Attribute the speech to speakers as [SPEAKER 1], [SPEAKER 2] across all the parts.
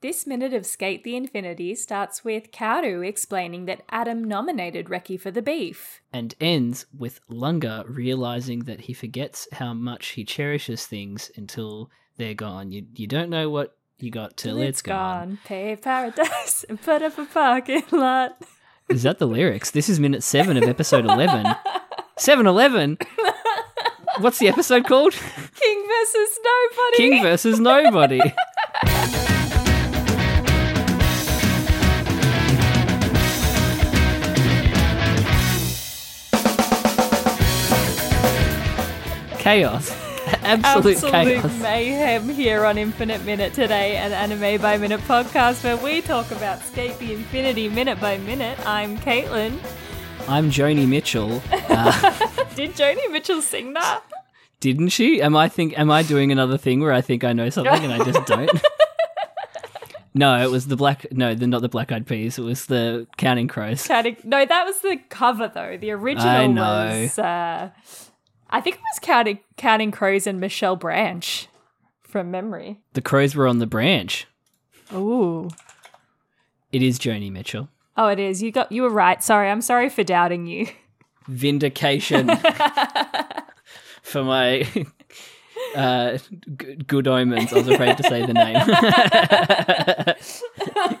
[SPEAKER 1] This minute of Skate the Infinity starts with Kaoru explaining that Adam nominated Reki for the beef.
[SPEAKER 2] and ends with Lunga realizing that he forgets how much he cherishes things until they're gone. You you don't know what you got till it's gone.
[SPEAKER 1] Pay paradise and put up a parking lot.
[SPEAKER 2] Is that the lyrics? This is minute seven of episode eleven. Seven eleven. What's the episode called?
[SPEAKER 1] King versus nobody.
[SPEAKER 2] King versus nobody. chaos. Absolute,
[SPEAKER 1] Absolute
[SPEAKER 2] chaos.
[SPEAKER 1] mayhem here on Infinite Minute today, an anime by minute podcast where we talk about Skate the Infinity minute by minute. I'm Caitlin.
[SPEAKER 2] I'm Joni Mitchell.
[SPEAKER 1] Did Joni Mitchell sing that?
[SPEAKER 2] Didn't she? Am I think am I doing another thing where I think I know something and I just don't? no, it was the black no, the not the black eyed peas, it was the counting crows.
[SPEAKER 1] Counting- no, that was the cover though. The original
[SPEAKER 2] I know.
[SPEAKER 1] was. Uh, I think it was Counting, Counting Crows and Michelle Branch from memory.
[SPEAKER 2] The crows were on the branch.
[SPEAKER 1] Ooh.
[SPEAKER 2] It is Joni Mitchell.
[SPEAKER 1] Oh, it is. You got. You were right. Sorry. I'm sorry for doubting you.
[SPEAKER 2] Vindication for my uh, g- good omens. I was afraid to say the name.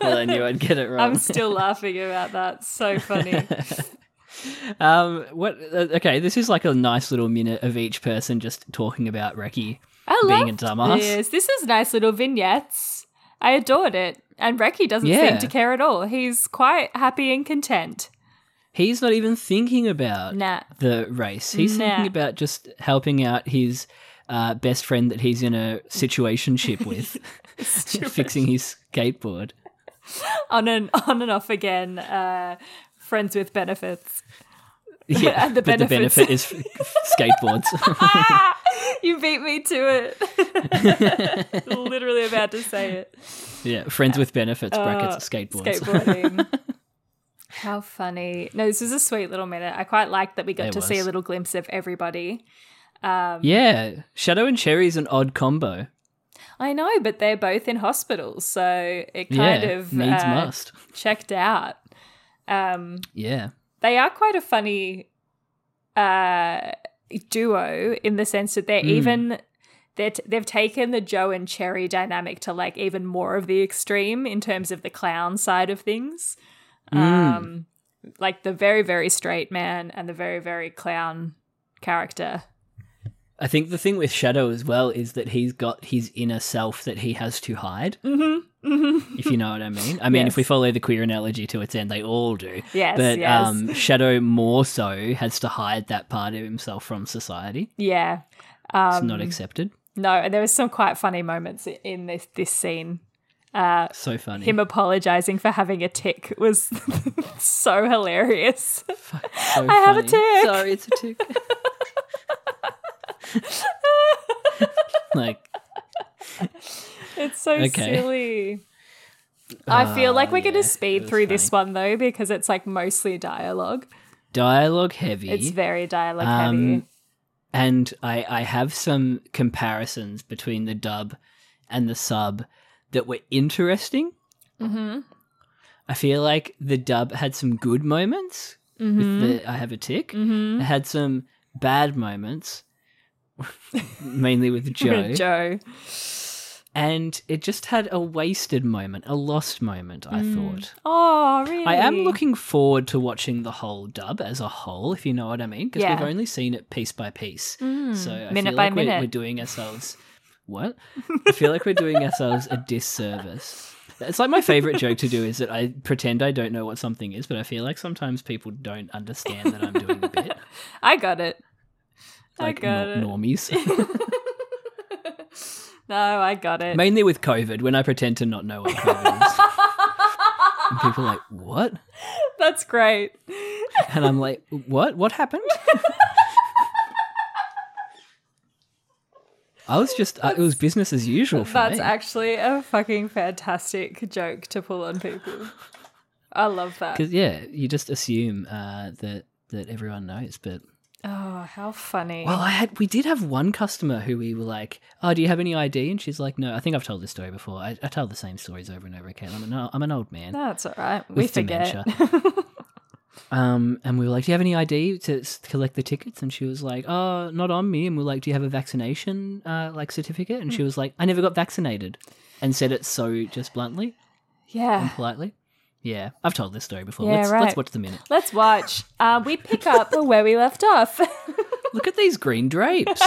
[SPEAKER 2] well, I knew I'd get it
[SPEAKER 1] I'm
[SPEAKER 2] wrong.
[SPEAKER 1] still laughing about that. So funny.
[SPEAKER 2] Um, what? Uh, okay, this is like a nice little minute of each person just talking about Reki.
[SPEAKER 1] I love
[SPEAKER 2] Being a dumbass.
[SPEAKER 1] this. This is nice little vignettes. I adored it. And Reki doesn't
[SPEAKER 2] Yeah.
[SPEAKER 1] seem to care at all. He's quite happy and content.
[SPEAKER 2] He's not even thinking about
[SPEAKER 1] Nah.
[SPEAKER 2] the race. He's
[SPEAKER 1] Nah.
[SPEAKER 2] thinking about just helping out his uh, best friend that he's in a situationship with, fixing his skateboard.
[SPEAKER 1] on and on and off again. Uh, friends with benefits.
[SPEAKER 2] Yeah,
[SPEAKER 1] And the
[SPEAKER 2] but the
[SPEAKER 1] benefits.
[SPEAKER 2] benefit is f- skateboards.
[SPEAKER 1] Ah, you beat me to it. Literally about to say it.
[SPEAKER 2] yeah, friends with benefits
[SPEAKER 1] Uh,
[SPEAKER 2] brackets skateboards.
[SPEAKER 1] Skateboarding. How funny! No, this was a sweet little minute. I quite liked that we got
[SPEAKER 2] It
[SPEAKER 1] to see a
[SPEAKER 2] was.
[SPEAKER 1] little glimpse of everybody.
[SPEAKER 2] yeah, Shadow and Cherry's an odd combo.
[SPEAKER 1] I know, but they're both in hospitals, so it kind
[SPEAKER 2] yeah,
[SPEAKER 1] of
[SPEAKER 2] needs
[SPEAKER 1] uh,
[SPEAKER 2] must.
[SPEAKER 1] checked out. Um,
[SPEAKER 2] Yeah,
[SPEAKER 1] they are quite a funny uh duo in the sense that they're
[SPEAKER 2] Hmm.
[SPEAKER 1] even they're t- they've taken the Joe and Cherry dynamic to like even more of the extreme in terms of the clown side of things.
[SPEAKER 2] Hmm.
[SPEAKER 1] Um like the very very straight man and the very very clown character.
[SPEAKER 2] I think the thing with Shadow as well is that he's got his inner self that he has to hide.
[SPEAKER 1] Mm-hmm. Mm-hmm.
[SPEAKER 2] If you know what I mean. I mean,
[SPEAKER 1] Yes.
[SPEAKER 2] if we follow the queer analogy to its end, they all do.
[SPEAKER 1] Yes,
[SPEAKER 2] but
[SPEAKER 1] yes.
[SPEAKER 2] um, Shadow more so has to hide that part of himself from society.
[SPEAKER 1] Yeah.
[SPEAKER 2] It's
[SPEAKER 1] Um,
[SPEAKER 2] not accepted.
[SPEAKER 1] No, and there was some quite funny moments i- in this this scene. Uh
[SPEAKER 2] So funny.
[SPEAKER 1] him apologizing for having a tick was so hilarious.
[SPEAKER 2] So
[SPEAKER 1] I have a
[SPEAKER 2] funny.
[SPEAKER 1] tick.
[SPEAKER 2] Sorry, it's a tick. like,
[SPEAKER 1] It's so
[SPEAKER 2] Okay. Ah,
[SPEAKER 1] silly. I feel like we're going to speed
[SPEAKER 2] was
[SPEAKER 1] through this one though because it's like mostly dialogue.
[SPEAKER 2] dialogue heavy.
[SPEAKER 1] It's very dialogue
[SPEAKER 2] Um,
[SPEAKER 1] heavy.
[SPEAKER 2] and I, I have some comparisons between the dub and the sub that were interesting. Mm-hmm. I feel like the dub had some good moments with the I have a tick. It had some bad moments, mainly with Joe.
[SPEAKER 1] Joe.
[SPEAKER 2] And it just had a wasted moment, a lost moment, I thought.
[SPEAKER 1] Oh, really?
[SPEAKER 2] I am looking forward to watching the whole dub as a whole, if you know what I mean, because
[SPEAKER 1] Yeah. Mm.
[SPEAKER 2] we've only seen it piece by piece. So I
[SPEAKER 1] Minute
[SPEAKER 2] feel
[SPEAKER 1] by
[SPEAKER 2] like we're,
[SPEAKER 1] minute.
[SPEAKER 2] we're doing ourselves what? I feel like we're doing ourselves a disservice. It's like my favorite joke to do is that I pretend I don't know what something is, but I feel like sometimes people don't understand that I'm doing the bit.
[SPEAKER 1] I got it.
[SPEAKER 2] Like
[SPEAKER 1] got
[SPEAKER 2] nor-
[SPEAKER 1] it.
[SPEAKER 2] normies.
[SPEAKER 1] No, I got it.
[SPEAKER 2] Mainly with COVID, when I pretend to not know what COVID is. and people are like, what?
[SPEAKER 1] That's great.
[SPEAKER 2] And I'm like, what? What happened? I was just, uh, it was business as usual for
[SPEAKER 1] That's
[SPEAKER 2] me.
[SPEAKER 1] actually a fucking fantastic joke to pull on people. I love that.
[SPEAKER 2] Because, yeah, you just assume uh, that, that everyone knows, but
[SPEAKER 1] Oh, how funny.
[SPEAKER 2] Well, I had we did have one customer who we were like, "Oh, do you have any ID?" And she's like, "No, I think I've told this story before. I, I tell the same stories over and over again. I'm an, o- I'm an old man."
[SPEAKER 1] That's all right. We
[SPEAKER 2] With
[SPEAKER 1] forget.
[SPEAKER 2] Um, and we were like, "Do you have any ID to s- collect the tickets?" And she was like, "Oh, not on me." And we are like, "Do you have a vaccination uh, like certificate?" And she was like, "I never got vaccinated," and said it so just bluntly,
[SPEAKER 1] yeah.
[SPEAKER 2] politely. Yeah, I've told this story before.
[SPEAKER 1] Yeah,
[SPEAKER 2] let's,
[SPEAKER 1] right.
[SPEAKER 2] let's watch the minute.
[SPEAKER 1] Let's watch. Uh, we pick up where we left off.
[SPEAKER 2] Look at these green drapes.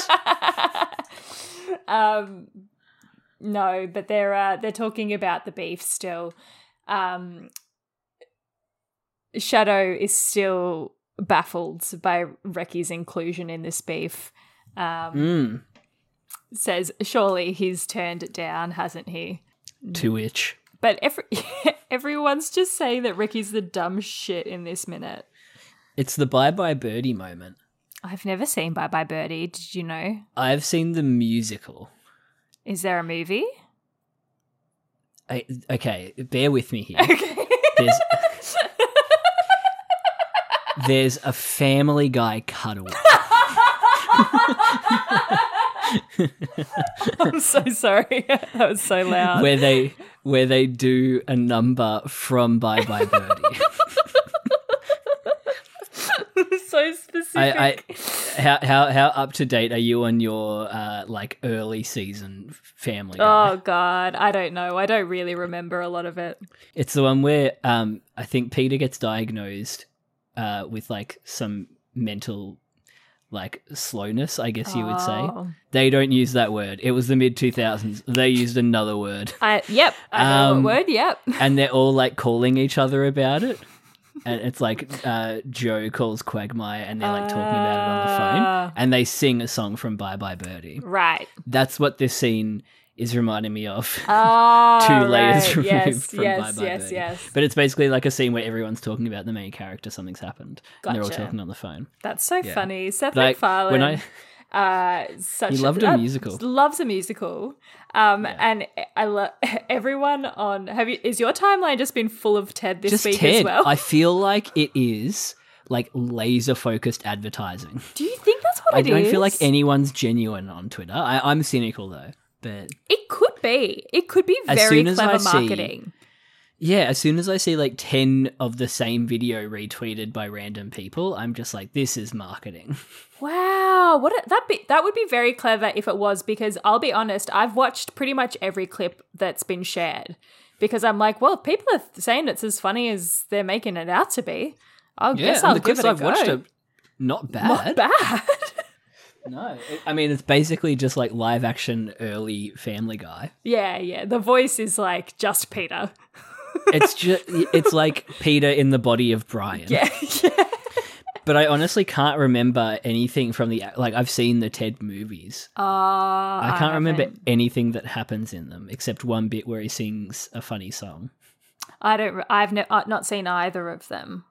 [SPEAKER 1] um, no, but they're uh, they're talking about the beef still. Um, Shadow is still baffled by Reki's inclusion in this beef. Um,
[SPEAKER 2] mm,
[SPEAKER 1] Says surely he's turned it down, hasn't he?
[SPEAKER 2] to which
[SPEAKER 1] But every everyone's just saying that Ricky's the dumb shit in this minute.
[SPEAKER 2] it's the bye bye birdie moment.
[SPEAKER 1] I've never seen Bye Bye Birdie. Did you know?
[SPEAKER 2] I've seen the musical.
[SPEAKER 1] Is there a movie?
[SPEAKER 2] I, okay, bear with me here.
[SPEAKER 1] Okay.
[SPEAKER 2] There's, there's a Family Guy cutaway.
[SPEAKER 1] I'm so sorry. that was so loud.
[SPEAKER 2] where they where they do a number from Bye Bye Birdie.
[SPEAKER 1] so specific.
[SPEAKER 2] I, I how how how up to date are you on your uh, like early season Family Guy?
[SPEAKER 1] oh god, I don't know. I don't really remember a lot of it.
[SPEAKER 2] It's the one where um I think Peter gets diagnosed uh with like some mental like slowness, I guess you would say.
[SPEAKER 1] Oh.
[SPEAKER 2] They don't use that word. It was the mid 2000s. They used another word.
[SPEAKER 1] I, yep. I know
[SPEAKER 2] Um,
[SPEAKER 1] what word. Yep.
[SPEAKER 2] and they're all like calling each other about it. And it's like uh, Joe calls Quagmire, and they're like talking about it on the phone,
[SPEAKER 1] Ah.
[SPEAKER 2] and they sing a song from Bye Bye Birdie.
[SPEAKER 1] Right.
[SPEAKER 2] That's what this scene is reminding me of.
[SPEAKER 1] Oh,
[SPEAKER 2] Two layers
[SPEAKER 1] right.
[SPEAKER 2] removed
[SPEAKER 1] yes,
[SPEAKER 2] from
[SPEAKER 1] yes,
[SPEAKER 2] Bye Bye
[SPEAKER 1] yes,
[SPEAKER 2] Birdie.
[SPEAKER 1] yes.
[SPEAKER 2] But it's basically like a scene where everyone's talking about the main character, something's happened, and they're all
[SPEAKER 1] Gotcha.
[SPEAKER 2] talking on the phone.
[SPEAKER 1] That's so
[SPEAKER 2] Yeah.
[SPEAKER 1] funny. Seth
[SPEAKER 2] Like,
[SPEAKER 1] MacFarlane.
[SPEAKER 2] when I-
[SPEAKER 1] uh, such
[SPEAKER 2] He loved a
[SPEAKER 1] uh,
[SPEAKER 2] musical.
[SPEAKER 1] Loves a musical. Um, and I love everyone on. Have you? Is your timeline just been full of Ted this
[SPEAKER 2] Just
[SPEAKER 1] week
[SPEAKER 2] Ted,
[SPEAKER 1] as well?
[SPEAKER 2] I feel like it is like laser focused advertising.
[SPEAKER 1] Do you think that's what
[SPEAKER 2] I
[SPEAKER 1] it
[SPEAKER 2] don't feel like
[SPEAKER 1] is?
[SPEAKER 2] anyone's genuine on Twitter. I, I'm cynical though, but
[SPEAKER 1] It could be. It could be
[SPEAKER 2] As
[SPEAKER 1] very
[SPEAKER 2] soon as I
[SPEAKER 1] clever
[SPEAKER 2] see-
[SPEAKER 1] marketing.
[SPEAKER 2] Yeah, as soon as I see like 10 of the same video retweeted by random people, I'm just like, this is marketing.
[SPEAKER 1] Wow, what a, that be that would be very clever if it was because I'll be honest, I've watched pretty much every clip that's been shared because I'm like, well, people are saying it's as funny as they're making it out to be. I guess I'll
[SPEAKER 2] the
[SPEAKER 1] give
[SPEAKER 2] clips
[SPEAKER 1] it a
[SPEAKER 2] I've
[SPEAKER 1] go.
[SPEAKER 2] watched are not
[SPEAKER 1] Not
[SPEAKER 2] bad.
[SPEAKER 1] bad.
[SPEAKER 2] No, it- I mean, it's basically just like live action early Family Guy.
[SPEAKER 1] yeah, yeah. The voice is like just Peter.
[SPEAKER 2] It's just, it's like Peter in the body of Brian.
[SPEAKER 1] Yeah, yeah.
[SPEAKER 2] But I honestly can't remember anything from the, like, I've seen the Ted movies.
[SPEAKER 1] Uh,
[SPEAKER 2] I
[SPEAKER 1] I
[SPEAKER 2] can't remember
[SPEAKER 1] haven't-
[SPEAKER 2] anything that happens in them except one bit where he sings a funny song.
[SPEAKER 1] I don't. re- I've ne- uh, not seen either of them.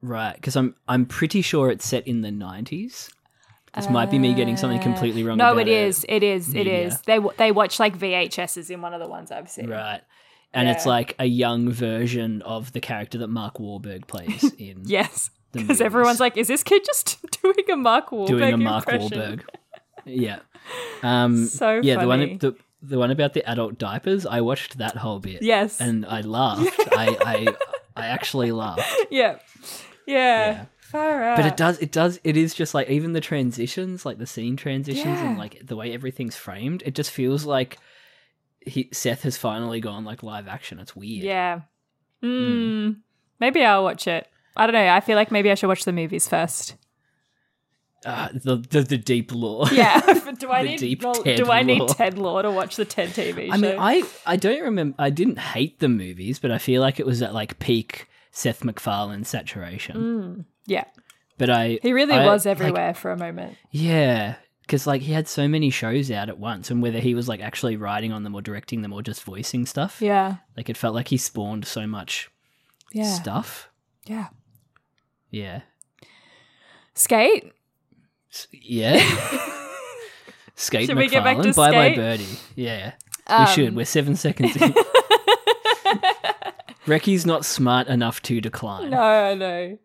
[SPEAKER 2] Right, because I'm I'm pretty sure it's set in the '90s. This might be me getting something completely wrong.
[SPEAKER 1] Uh, No, it
[SPEAKER 2] about
[SPEAKER 1] is. It is. It
[SPEAKER 2] media.
[SPEAKER 1] is. They w- they watch like VHSs in one of the ones I've seen.
[SPEAKER 2] Right, and it's
[SPEAKER 1] Yeah.
[SPEAKER 2] like a young version of the character that Mark Wahlberg plays in.
[SPEAKER 1] Yes.
[SPEAKER 2] The
[SPEAKER 1] Because
[SPEAKER 2] movies.
[SPEAKER 1] everyone's like, is this kid just doing a Mark Wahlberg
[SPEAKER 2] doing a Mark
[SPEAKER 1] impression?
[SPEAKER 2] Wahlberg. Yeah. Um,
[SPEAKER 1] So
[SPEAKER 2] yeah, the
[SPEAKER 1] funny.
[SPEAKER 2] one the the one about the adult diapers. I watched that whole bit.
[SPEAKER 1] Yes.
[SPEAKER 2] and I laughed. I, I I actually laughed.
[SPEAKER 1] Yeah. Yeah. Far out.
[SPEAKER 2] But it does, it does, it is just like even the transitions, like the scene transitions
[SPEAKER 1] Yeah.
[SPEAKER 2] and like the way everything's framed, it just feels like he, Seth has finally gone like live action. It's weird.
[SPEAKER 1] Yeah. Mm. Maybe I'll watch it. I don't know. I feel like maybe I should watch the movies first.
[SPEAKER 2] Ah, the, the the deep lore.
[SPEAKER 1] Yeah. But do I
[SPEAKER 2] The
[SPEAKER 1] need
[SPEAKER 2] deep
[SPEAKER 1] well,
[SPEAKER 2] Ted
[SPEAKER 1] do I need
[SPEAKER 2] lore.
[SPEAKER 1] Ted Law to watch the Ted TV show?
[SPEAKER 2] I mean, I I don't remember. I didn't hate the movies, but I feel like it was at like peak Seth MacFarlane saturation.
[SPEAKER 1] Mm. Yeah.
[SPEAKER 2] But I
[SPEAKER 1] He really
[SPEAKER 2] I-
[SPEAKER 1] was
[SPEAKER 2] like,
[SPEAKER 1] everywhere for a moment.
[SPEAKER 2] yeah, because like he had so many shows out at once, and whether he was like actually writing on them or directing them or just voicing stuff,
[SPEAKER 1] Yeah.
[SPEAKER 2] like it felt like he spawned so much
[SPEAKER 1] Yeah.
[SPEAKER 2] stuff.
[SPEAKER 1] Yeah.
[SPEAKER 2] Yeah,
[SPEAKER 1] Skate.
[SPEAKER 2] S- yeah. Skate
[SPEAKER 1] Should
[SPEAKER 2] McFarlane,
[SPEAKER 1] we get back to
[SPEAKER 2] bye bye
[SPEAKER 1] Skate?
[SPEAKER 2] birdie. Yeah,
[SPEAKER 1] Um,
[SPEAKER 2] we should. We're seven seconds in. Recky's not smart enough to decline.
[SPEAKER 1] No, no.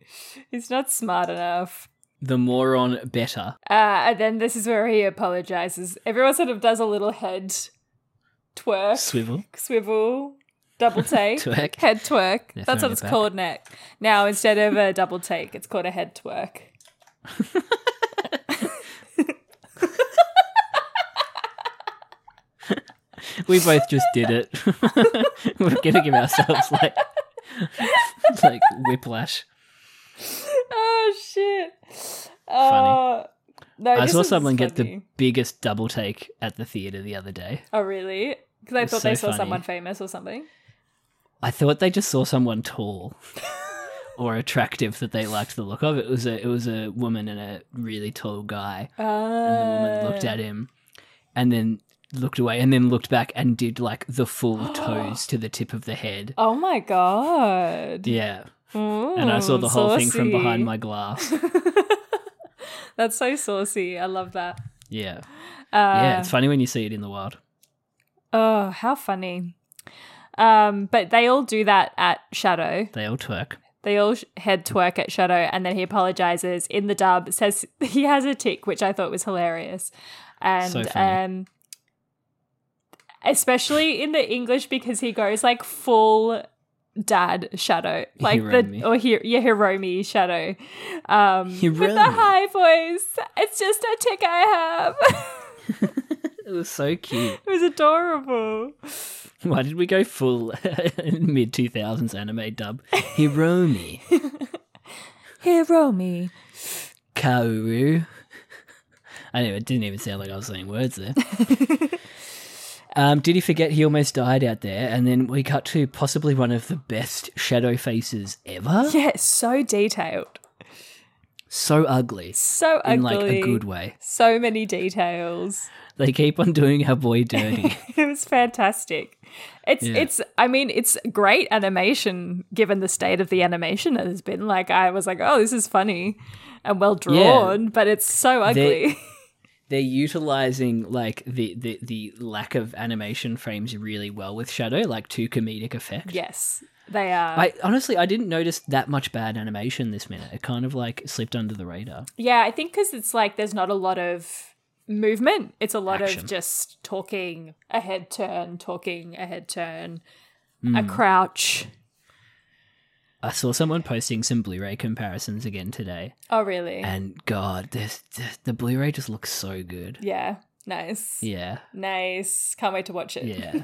[SPEAKER 1] He's not smart enough.
[SPEAKER 2] The moron better.
[SPEAKER 1] Uh, and then this is where he apologizes. Everyone sort of does a little head twerk,
[SPEAKER 2] Swivel.
[SPEAKER 1] swivel, double take,
[SPEAKER 2] Twerk.
[SPEAKER 1] head twerk.
[SPEAKER 2] Yeah,
[SPEAKER 1] That's
[SPEAKER 2] throwing
[SPEAKER 1] what
[SPEAKER 2] it
[SPEAKER 1] it's
[SPEAKER 2] back.
[SPEAKER 1] called now. Now instead of a double take, it's called a head twerk.
[SPEAKER 2] We both just did it. We're gonna give ourselves like like whiplash.
[SPEAKER 1] Oh shit!
[SPEAKER 2] Funny.
[SPEAKER 1] Uh, no,
[SPEAKER 2] I
[SPEAKER 1] this
[SPEAKER 2] saw
[SPEAKER 1] is
[SPEAKER 2] someone get the
[SPEAKER 1] funny.
[SPEAKER 2] biggest double take at the theater the other day.
[SPEAKER 1] Oh really? Because I
[SPEAKER 2] was
[SPEAKER 1] thought they
[SPEAKER 2] so
[SPEAKER 1] saw
[SPEAKER 2] funny.
[SPEAKER 1] someone famous or something.
[SPEAKER 2] I thought they just saw someone tall or attractive that they liked the look of. It was a it was a woman and a really tall guy.
[SPEAKER 1] Uh,
[SPEAKER 2] And the woman looked at him and then looked away and then looked back and did like the full toes to the tip of the head.
[SPEAKER 1] Oh my god!
[SPEAKER 2] Yeah. And I saw
[SPEAKER 1] Ooh,
[SPEAKER 2] the whole thing
[SPEAKER 1] Hmm,
[SPEAKER 2] from
[SPEAKER 1] saucy.
[SPEAKER 2] behind my glass.
[SPEAKER 1] That's so saucy. I love that.
[SPEAKER 2] Yeah.
[SPEAKER 1] Uh,
[SPEAKER 2] Yeah, it's funny when you see it in the wild.
[SPEAKER 1] Oh, how funny. Um, but they all do that at Shadow.
[SPEAKER 2] They all twerk.
[SPEAKER 1] They all sh- head twerk at Shadow, and then he apologizes in the dub. Says he has a tick, which I thought was hilarious, and
[SPEAKER 2] So funny.
[SPEAKER 1] um, especially in the English because he goes like full dad Shadow, like
[SPEAKER 2] Hiromi.
[SPEAKER 1] the or he, yeah Hiromi Shadow, um, with the
[SPEAKER 2] Hiromi.
[SPEAKER 1] high voice. It's just a tick I have.
[SPEAKER 2] It was so cute.
[SPEAKER 1] it was adorable.
[SPEAKER 2] Why did we go full mid 2000s anime dub? Hiromi,
[SPEAKER 1] Hiromi.
[SPEAKER 2] Kaoru. I know, it didn't even sound like I was saying words there. um, did he forget he almost died out there? And then we cut to possibly one of the best shadow faces ever.
[SPEAKER 1] Yeah, so detailed.
[SPEAKER 2] So ugly.
[SPEAKER 1] So ugly.
[SPEAKER 2] In like a good way.
[SPEAKER 1] So many details.
[SPEAKER 2] They keep on doing our boy dirty.
[SPEAKER 1] It was fantastic. It's
[SPEAKER 2] Yeah.
[SPEAKER 1] it's I mean, it's great animation given the state of the animation that has been. Like I was like, oh, this is funny and well drawn, but it's so ugly.
[SPEAKER 2] They're utilizing like the, the the lack of animation frames really well with shadow, like to comedic effect.
[SPEAKER 1] yes. They are.
[SPEAKER 2] I honestly I didn't notice that much bad animation this minute. It kind of like slipped under the radar.
[SPEAKER 1] yeah, I think because it's like there's not a lot of movement. It's a lot
[SPEAKER 2] Action.
[SPEAKER 1] of just talking, a head turn, talking, a head turn, a
[SPEAKER 2] Hmm.
[SPEAKER 1] crouch.
[SPEAKER 2] I saw someone posting some Blu-ray comparisons again today,
[SPEAKER 1] Oh really?
[SPEAKER 2] and God, this, this, the Blu-ray just looks so good.
[SPEAKER 1] yeah. Nice.
[SPEAKER 2] Yeah,
[SPEAKER 1] Nice. Can't wait to watch it.
[SPEAKER 2] yeah.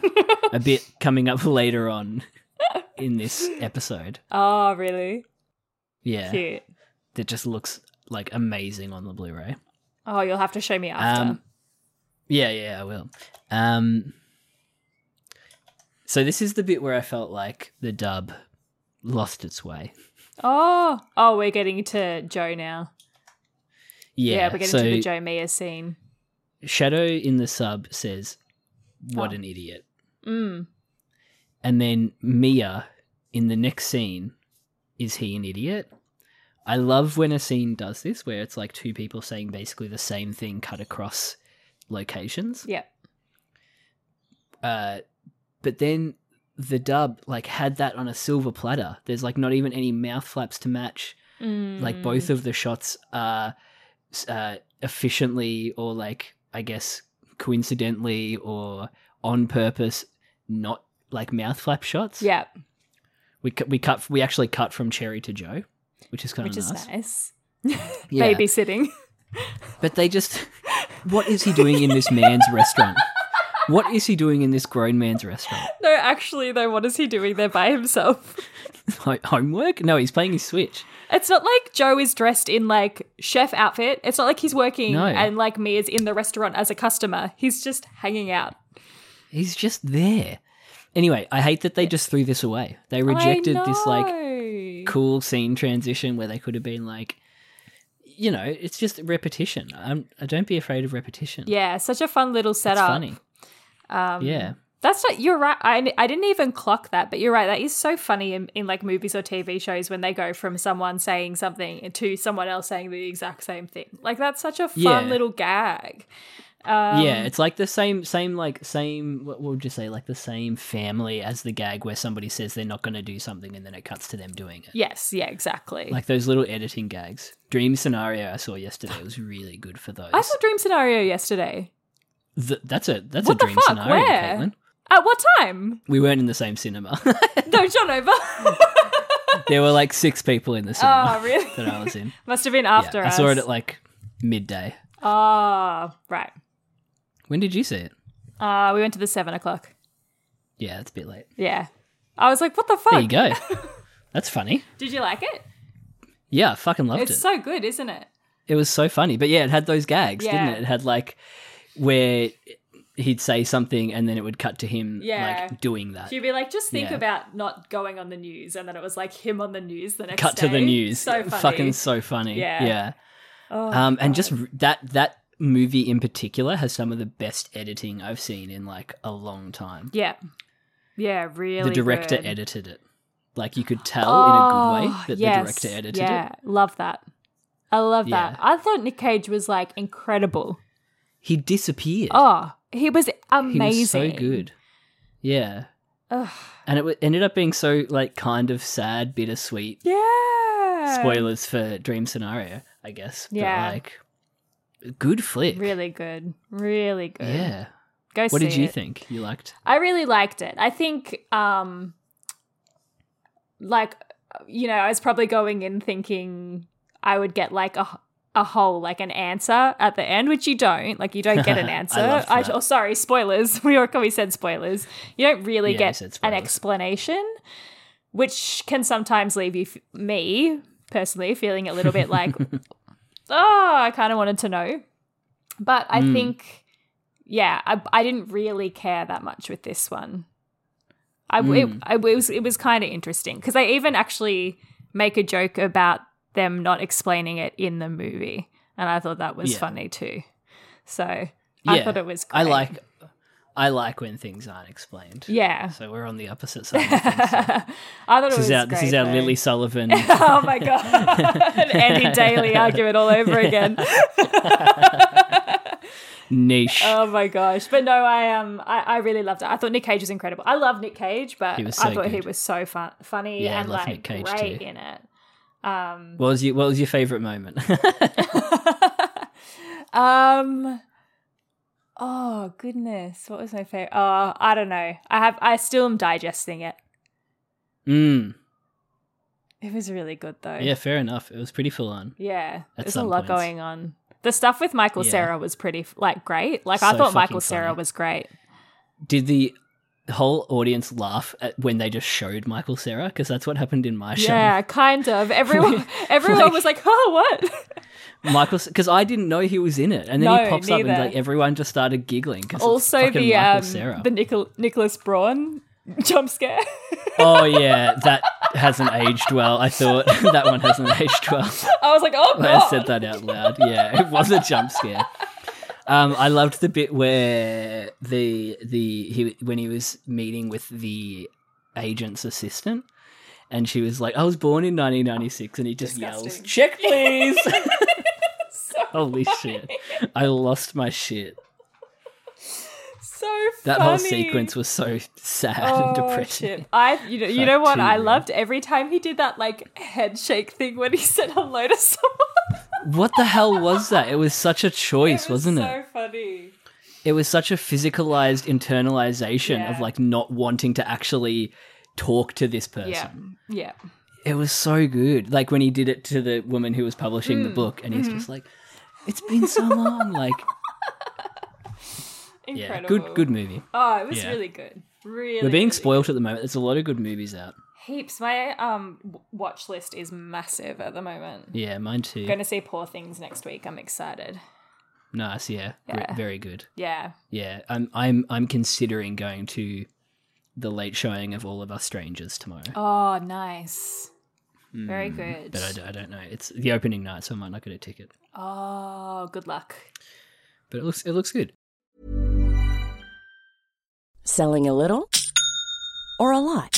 [SPEAKER 2] A bit coming up later on in this episode.
[SPEAKER 1] Oh, really?
[SPEAKER 2] Yeah,
[SPEAKER 1] Cute.
[SPEAKER 2] that just looks like amazing on the Blu-ray.
[SPEAKER 1] Oh, you'll have to show me after.
[SPEAKER 2] Um, Yeah, yeah, I will. Um, so this is the bit where I felt like the dub lost its way.
[SPEAKER 1] oh, oh, we're getting to Joe now.
[SPEAKER 2] Yeah,
[SPEAKER 1] Yeah, we're getting
[SPEAKER 2] so
[SPEAKER 1] to the Joe Mia scene.
[SPEAKER 2] Shadow in the sub says, "What
[SPEAKER 1] Oh.
[SPEAKER 2] an idiot,"
[SPEAKER 1] Mm.
[SPEAKER 2] and then Mia in the next scene, "Is he an idiot?" I love when a scene does this, where it's like two people saying basically the same thing cut across locations.
[SPEAKER 1] Yep.
[SPEAKER 2] Uh, but then the dub like had that on a silver platter. There's like not even any mouth flaps to match.
[SPEAKER 1] mm.
[SPEAKER 2] Like both of the shots are s- uh, efficiently or like I guess coincidentally or on purpose not like mouth flap shots.
[SPEAKER 1] Yep,
[SPEAKER 2] we cu- we cut we actually cut from Cherry to Joe, which is kind
[SPEAKER 1] which
[SPEAKER 2] of
[SPEAKER 1] is
[SPEAKER 2] nice.
[SPEAKER 1] nice.
[SPEAKER 2] Yeah.
[SPEAKER 1] Babysitting.
[SPEAKER 2] But they just, what is he doing in this man's restaurant? What is he doing in this grown man's restaurant?
[SPEAKER 1] no, actually, though, what is he doing there by himself?
[SPEAKER 2] Ho- Homework? No, he's playing his Switch.
[SPEAKER 1] It's not like Joe is dressed in like chef outfit. It's not like he's working
[SPEAKER 2] No.
[SPEAKER 1] and like me is in the restaurant as a customer. He's just hanging out.
[SPEAKER 2] He's just there. Anyway, I hate that they just threw this away. They rejected this like
[SPEAKER 1] cool.
[SPEAKER 2] cool scene transition where they could have been like, you know, it's just repetition. I'm, I don't be afraid of repetition.
[SPEAKER 1] Yeah, such a fun little
[SPEAKER 2] It's
[SPEAKER 1] setup.
[SPEAKER 2] funny.
[SPEAKER 1] Um,
[SPEAKER 2] yeah.
[SPEAKER 1] That's not, you're right. I, I didn't even clock that, but you're right. That is so funny in, in like movies or TV shows when they go from someone saying something to someone else saying the exact same thing. Like, that's such a fun
[SPEAKER 2] Yeah.
[SPEAKER 1] little gag. Um,
[SPEAKER 2] yeah, it's like the same, same, like same. What what would you say? Like the same family as the gag where somebody says they're not going to do something, and then it cuts to them doing it.
[SPEAKER 1] Yes, yeah, exactly.
[SPEAKER 2] Like those little editing gags. Dream scenario I saw yesterday was really good for those.
[SPEAKER 1] I saw Dream Scenario yesterday.
[SPEAKER 2] Th- that's a that's
[SPEAKER 1] What
[SPEAKER 2] a
[SPEAKER 1] the
[SPEAKER 2] dream
[SPEAKER 1] fuck?
[SPEAKER 2] scenario,
[SPEAKER 1] Where?
[SPEAKER 2] Caitlin.
[SPEAKER 1] At what time?
[SPEAKER 2] We weren't in the same cinema.
[SPEAKER 1] No, John over.
[SPEAKER 2] there were like six people in the cinema
[SPEAKER 1] oh, really?
[SPEAKER 2] that I was in.
[SPEAKER 1] Must have been after
[SPEAKER 2] yeah, I
[SPEAKER 1] us.
[SPEAKER 2] saw it at like midday.
[SPEAKER 1] Ah, right.
[SPEAKER 2] When did you see it?
[SPEAKER 1] Uh, we went to the seven o'clock.
[SPEAKER 2] Yeah, it's a bit late.
[SPEAKER 1] Yeah. I was like, what the fuck?
[SPEAKER 2] There you go. That's funny.
[SPEAKER 1] Did you like it?
[SPEAKER 2] Yeah, I fucking loved
[SPEAKER 1] it's
[SPEAKER 2] it.
[SPEAKER 1] so good, isn't it?
[SPEAKER 2] it was so funny. But yeah, it had those gags,
[SPEAKER 1] Yeah.
[SPEAKER 2] didn't it? It had like where he'd say something and then it would cut to him
[SPEAKER 1] Yeah.
[SPEAKER 2] like doing that.
[SPEAKER 1] She'd be like, just think
[SPEAKER 2] Yeah.
[SPEAKER 1] about not going on the news. And then it was like him on the news the next
[SPEAKER 2] cut to the
[SPEAKER 1] day.
[SPEAKER 2] news.
[SPEAKER 1] So funny.
[SPEAKER 2] Fucking so funny.
[SPEAKER 1] Yeah.
[SPEAKER 2] Yeah.
[SPEAKER 1] Oh,
[SPEAKER 2] um, and just r- that that movie in particular has some of the best editing I've seen in like a long time.
[SPEAKER 1] yeah. Yeah, really.
[SPEAKER 2] the director
[SPEAKER 1] good.
[SPEAKER 2] edited it. Like you could tell in a good way
[SPEAKER 1] Oh,
[SPEAKER 2] that
[SPEAKER 1] yes.
[SPEAKER 2] the director edited
[SPEAKER 1] yeah.
[SPEAKER 2] it.
[SPEAKER 1] love that. I love that.
[SPEAKER 2] Yeah.
[SPEAKER 1] I thought Nick Cage was like incredible.
[SPEAKER 2] He disappeared.
[SPEAKER 1] Oh, he was
[SPEAKER 2] he
[SPEAKER 1] amazing.
[SPEAKER 2] was so good. Yeah.
[SPEAKER 1] Ugh.
[SPEAKER 2] And it w- ended up being so like kind of sad, bittersweet.
[SPEAKER 1] Yeah.
[SPEAKER 2] Spoilers for Dream Scenario, I guess. But
[SPEAKER 1] Yeah.
[SPEAKER 2] like good flick.
[SPEAKER 1] Really good. Really good.
[SPEAKER 2] Yeah.
[SPEAKER 1] Go
[SPEAKER 2] What
[SPEAKER 1] see
[SPEAKER 2] did you
[SPEAKER 1] it.
[SPEAKER 2] think? You liked?
[SPEAKER 1] I really liked it. I think, um, like, you know, I was probably going in thinking I would get like a a whole like an answer at the end, which you don't. Like, you don't get an
[SPEAKER 2] I
[SPEAKER 1] answer.
[SPEAKER 2] loved
[SPEAKER 1] I,
[SPEAKER 2] that.
[SPEAKER 1] oh, sorry, spoilers. We already said spoilers. You don't really
[SPEAKER 2] Yeah, you
[SPEAKER 1] get
[SPEAKER 2] said
[SPEAKER 1] an
[SPEAKER 2] spoilers.
[SPEAKER 1] explanation, which can sometimes leave you, f- me personally, feeling a little bit like, oh, I kind of wanted to know. But I
[SPEAKER 2] Mm.
[SPEAKER 1] think, yeah, I, I didn't really care that much with this one. I, it,
[SPEAKER 2] Mm.
[SPEAKER 1] I- it was it was kind of interesting because they even actually make a joke about them not explaining it in the movie, and I thought that was
[SPEAKER 2] Yeah.
[SPEAKER 1] funny too. So I
[SPEAKER 2] Yeah,
[SPEAKER 1] thought it was.
[SPEAKER 2] I
[SPEAKER 1] great.
[SPEAKER 2] like I like when things aren't explained.
[SPEAKER 1] Yeah.
[SPEAKER 2] So we're on the opposite
[SPEAKER 1] I
[SPEAKER 2] side. Of things.
[SPEAKER 1] thought it
[SPEAKER 2] This
[SPEAKER 1] was
[SPEAKER 2] is our
[SPEAKER 1] great,
[SPEAKER 2] this is our
[SPEAKER 1] though.
[SPEAKER 2] Lily Sullivan.
[SPEAKER 1] oh my god, an Andy Daly argument all over again.
[SPEAKER 2] niche.
[SPEAKER 1] Oh my gosh! But no, I um, I, I really loved it. I thought Nick Cage was incredible. I love Nick Cage, but
[SPEAKER 2] He was
[SPEAKER 1] I
[SPEAKER 2] so
[SPEAKER 1] thought he
[SPEAKER 2] good.
[SPEAKER 1] was so fun, funny,
[SPEAKER 2] Yeah, I
[SPEAKER 1] and
[SPEAKER 2] love
[SPEAKER 1] like
[SPEAKER 2] Nick Cage
[SPEAKER 1] great
[SPEAKER 2] too.
[SPEAKER 1] in it. Um,
[SPEAKER 2] what was your What was your favorite moment?
[SPEAKER 1] um. Oh goodness, what was my favorite? Oh, I don't know. I have. I still am digesting it.
[SPEAKER 2] mm,
[SPEAKER 1] It was really good though.
[SPEAKER 2] yeah, fair enough. It was pretty full on.
[SPEAKER 1] Yeah,
[SPEAKER 2] At
[SPEAKER 1] there's a
[SPEAKER 2] some
[SPEAKER 1] lot
[SPEAKER 2] points.
[SPEAKER 1] going on. The stuff with Michael
[SPEAKER 2] Yeah.
[SPEAKER 1] Sarah was pretty like great. Like I
[SPEAKER 2] So
[SPEAKER 1] thought Michael
[SPEAKER 2] fucking
[SPEAKER 1] Sarah
[SPEAKER 2] funny.
[SPEAKER 1] was great.
[SPEAKER 2] Did the whole audience laugh at when they just showed Michael Sarah? Because that's what happened in my show.
[SPEAKER 1] Yeah, kind of. Everyone, everyone
[SPEAKER 2] Like-
[SPEAKER 1] was like, "Oh, what?"
[SPEAKER 2] Michael, because I didn't know he was in it, and then
[SPEAKER 1] No,
[SPEAKER 2] he pops up
[SPEAKER 1] neither.
[SPEAKER 2] and like everyone just started giggling. Cause
[SPEAKER 1] also
[SPEAKER 2] it's fucking
[SPEAKER 1] the
[SPEAKER 2] Michael
[SPEAKER 1] um,
[SPEAKER 2] Sarah.
[SPEAKER 1] the Nicol- Nicholas Braun jump scare.
[SPEAKER 2] oh yeah, that hasn't aged well. I thought that one hasn't aged well.
[SPEAKER 1] I was like, oh
[SPEAKER 2] when I
[SPEAKER 1] god,
[SPEAKER 2] said that out loud. Yeah, it was a jump scare. Um, I loved the bit where the the he when he was meeting with the agent's assistant, and she was like, "I was born in 1996," and he just yells,
[SPEAKER 1] Disgusting.
[SPEAKER 2] "Check, please!"
[SPEAKER 1] so,
[SPEAKER 2] Holy shit! I lost my shit.
[SPEAKER 1] so
[SPEAKER 2] That
[SPEAKER 1] funny.
[SPEAKER 2] whole sequence was so sad
[SPEAKER 1] Oh
[SPEAKER 2] and depressing.
[SPEAKER 1] shit! I you know you
[SPEAKER 2] Fuck
[SPEAKER 1] know what
[SPEAKER 2] too,
[SPEAKER 1] I
[SPEAKER 2] man.
[SPEAKER 1] loved every time he did that like head shake thing when he said hello to someone.
[SPEAKER 2] What the hell was that? It was such a choice,
[SPEAKER 1] was
[SPEAKER 2] wasn't
[SPEAKER 1] so
[SPEAKER 2] it?
[SPEAKER 1] funny.
[SPEAKER 2] it was such a physicalized internalization
[SPEAKER 1] Yeah.
[SPEAKER 2] of like not wanting to actually talk to this person.
[SPEAKER 1] Yeah, yeah.
[SPEAKER 2] It was so good. Like when he did it to the woman who was publishing
[SPEAKER 1] Mm.
[SPEAKER 2] the book and he's just
[SPEAKER 1] Mm-hmm.
[SPEAKER 2] like it's been so long like yeah,
[SPEAKER 1] Incredible.
[SPEAKER 2] good good movie.
[SPEAKER 1] Oh, it was
[SPEAKER 2] Yeah.
[SPEAKER 1] really good. Really,
[SPEAKER 2] We're being
[SPEAKER 1] really
[SPEAKER 2] spoilt at the moment. There's a lot of good movies out.
[SPEAKER 1] heaps. My um w- watch list is massive at the moment.
[SPEAKER 2] Yeah, mine too.
[SPEAKER 1] Going to see Poor Things next week. I'm excited.
[SPEAKER 2] Nice, yeah. Re-
[SPEAKER 1] Yeah.
[SPEAKER 2] very good.
[SPEAKER 1] Yeah.
[SPEAKER 2] Yeah, I'm I'm I'm considering going to the late showing of All of Us Strangers tomorrow.
[SPEAKER 1] Oh, nice. Very
[SPEAKER 2] Mm,
[SPEAKER 1] good.
[SPEAKER 2] But I d- I, don't know. It's the opening night, so I might not get a ticket.
[SPEAKER 1] Oh, good luck.
[SPEAKER 2] But it looks it looks good.
[SPEAKER 3] Selling a little or a lot?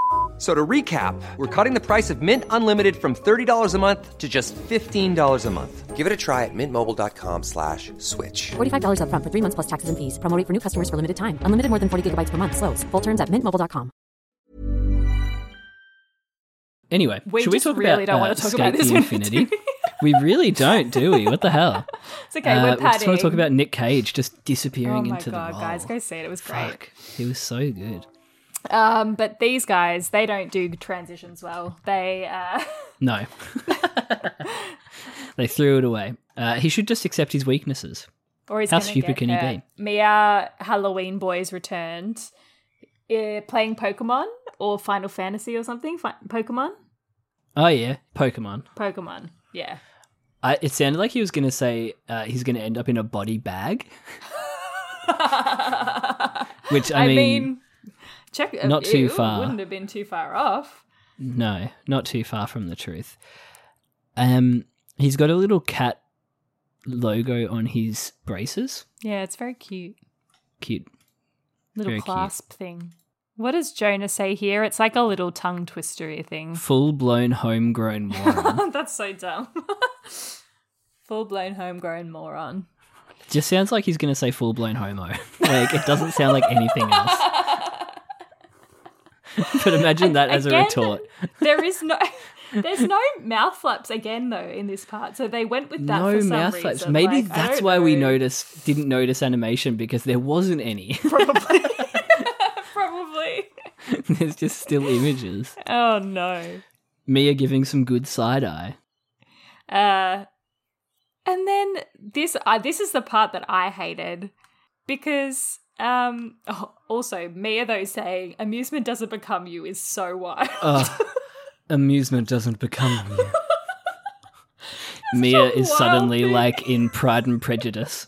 [SPEAKER 4] So to recap, we're cutting the price of Mint Unlimited from $30 a month to just $15 a month. Give it a try at mintmobile.com slash switch.
[SPEAKER 5] $45 upfront for three months plus taxes and fees. Promo rate for new customers for limited time. Unlimited more than 40 gigabytes per month. Slows. Full terms at mintmobile.com.
[SPEAKER 2] Anyway,
[SPEAKER 1] We
[SPEAKER 2] should we
[SPEAKER 1] just
[SPEAKER 2] talk
[SPEAKER 1] really
[SPEAKER 2] about,
[SPEAKER 1] don't
[SPEAKER 2] uh,
[SPEAKER 1] want to talk
[SPEAKER 2] Escape
[SPEAKER 1] about this
[SPEAKER 2] the
[SPEAKER 1] one.
[SPEAKER 2] Infinity? we really don't, do we? What the hell?
[SPEAKER 1] It's okay.
[SPEAKER 2] Uh,
[SPEAKER 1] we're
[SPEAKER 2] we just
[SPEAKER 1] padding.
[SPEAKER 2] want to talk about Nick Cage just
[SPEAKER 1] Oh
[SPEAKER 2] disappearing
[SPEAKER 1] my
[SPEAKER 2] into the
[SPEAKER 1] god,
[SPEAKER 2] role.
[SPEAKER 1] guys, go see it. It was great.
[SPEAKER 2] Fuck, he was so good.
[SPEAKER 1] Um, but these guys, they don't do transitions well. They uh,
[SPEAKER 2] No, they threw it away. Uh, he should just accept his weaknesses.
[SPEAKER 1] or he's
[SPEAKER 2] How
[SPEAKER 1] gonna
[SPEAKER 2] stupid
[SPEAKER 1] get
[SPEAKER 2] can he
[SPEAKER 1] hurt. Mia Halloween Boys returned, uh, playing Pokemon or Final Fantasy or something. Fi- Pokemon,
[SPEAKER 2] Oh yeah, Pokemon.
[SPEAKER 1] Pokemon. Yeah,
[SPEAKER 2] I, it sounded like he was going to say uh, he's going to end up in a body bag, which I,
[SPEAKER 1] I
[SPEAKER 2] mean,
[SPEAKER 1] mean, check. uh,
[SPEAKER 2] not too
[SPEAKER 1] ew,
[SPEAKER 2] far.
[SPEAKER 1] Wouldn't have been too far off.
[SPEAKER 2] no, not too far from the truth. Um, he's got a little cat logo on his braces.
[SPEAKER 1] Yeah, it's very cute.
[SPEAKER 2] Cute.
[SPEAKER 1] Little
[SPEAKER 2] Very cute.
[SPEAKER 1] clasp thing. What does Jonah say here? It's like a little tongue twistery thing. Oh,
[SPEAKER 2] Full blown homegrown moron.
[SPEAKER 1] That's so dumb. Full blown homegrown moron.
[SPEAKER 2] Just sounds like he's going to say full blown homo. like it doesn't sound like anything else. but imagine that as a
[SPEAKER 1] Again,
[SPEAKER 2] retort.
[SPEAKER 1] There is no, there's no mouth flaps again though in this part. So they went with that.
[SPEAKER 2] No
[SPEAKER 1] for some
[SPEAKER 2] mouth flaps.
[SPEAKER 1] reason.
[SPEAKER 2] Maybe
[SPEAKER 1] Like, I
[SPEAKER 2] that's
[SPEAKER 1] don't
[SPEAKER 2] why we
[SPEAKER 1] know.
[SPEAKER 2] noticed didn't notice animation because there wasn't any.
[SPEAKER 1] Probably. Probably.
[SPEAKER 2] There's just still images.
[SPEAKER 1] Oh no.
[SPEAKER 2] Mia giving some good side eye.
[SPEAKER 1] Uh, and then this uh, this is the part that I hated because um oh, also Mia though saying amusement doesn't become you is so wild.
[SPEAKER 2] Ugh. Uh, amusement doesn't become you. Mia
[SPEAKER 1] a
[SPEAKER 2] is
[SPEAKER 1] wild
[SPEAKER 2] suddenly
[SPEAKER 1] thing.
[SPEAKER 2] like in Pride and Prejudice.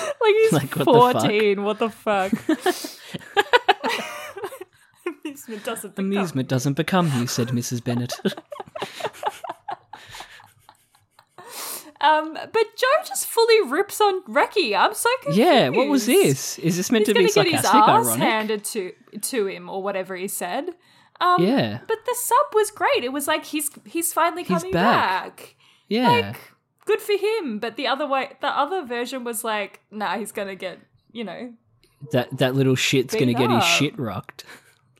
[SPEAKER 1] like he's
[SPEAKER 2] Like, what the fuck?
[SPEAKER 1] fourteen. What the fuck? amusement doesn't become
[SPEAKER 2] amusement doesn't become you, said Mrs. Bennet.
[SPEAKER 1] Um, but Joe just fully rips on Reki. I'm so confused.
[SPEAKER 2] yeah, what was this? Is this meant
[SPEAKER 1] He's
[SPEAKER 2] to be
[SPEAKER 1] gonna get his
[SPEAKER 2] sarcastic,
[SPEAKER 1] ass
[SPEAKER 2] ironic?
[SPEAKER 1] handed to to him or whatever he said. Um,
[SPEAKER 2] Yeah.
[SPEAKER 1] But the sub was great. It was like he's he's finally
[SPEAKER 2] He's
[SPEAKER 1] coming
[SPEAKER 2] back.
[SPEAKER 1] back.
[SPEAKER 2] Yeah.
[SPEAKER 1] Like good for him. But the other way, the other version was like, nah, he's gonna get. You know,
[SPEAKER 2] that that little shit's going to
[SPEAKER 1] Beat
[SPEAKER 2] get his
[SPEAKER 1] up.
[SPEAKER 2] shit rocked.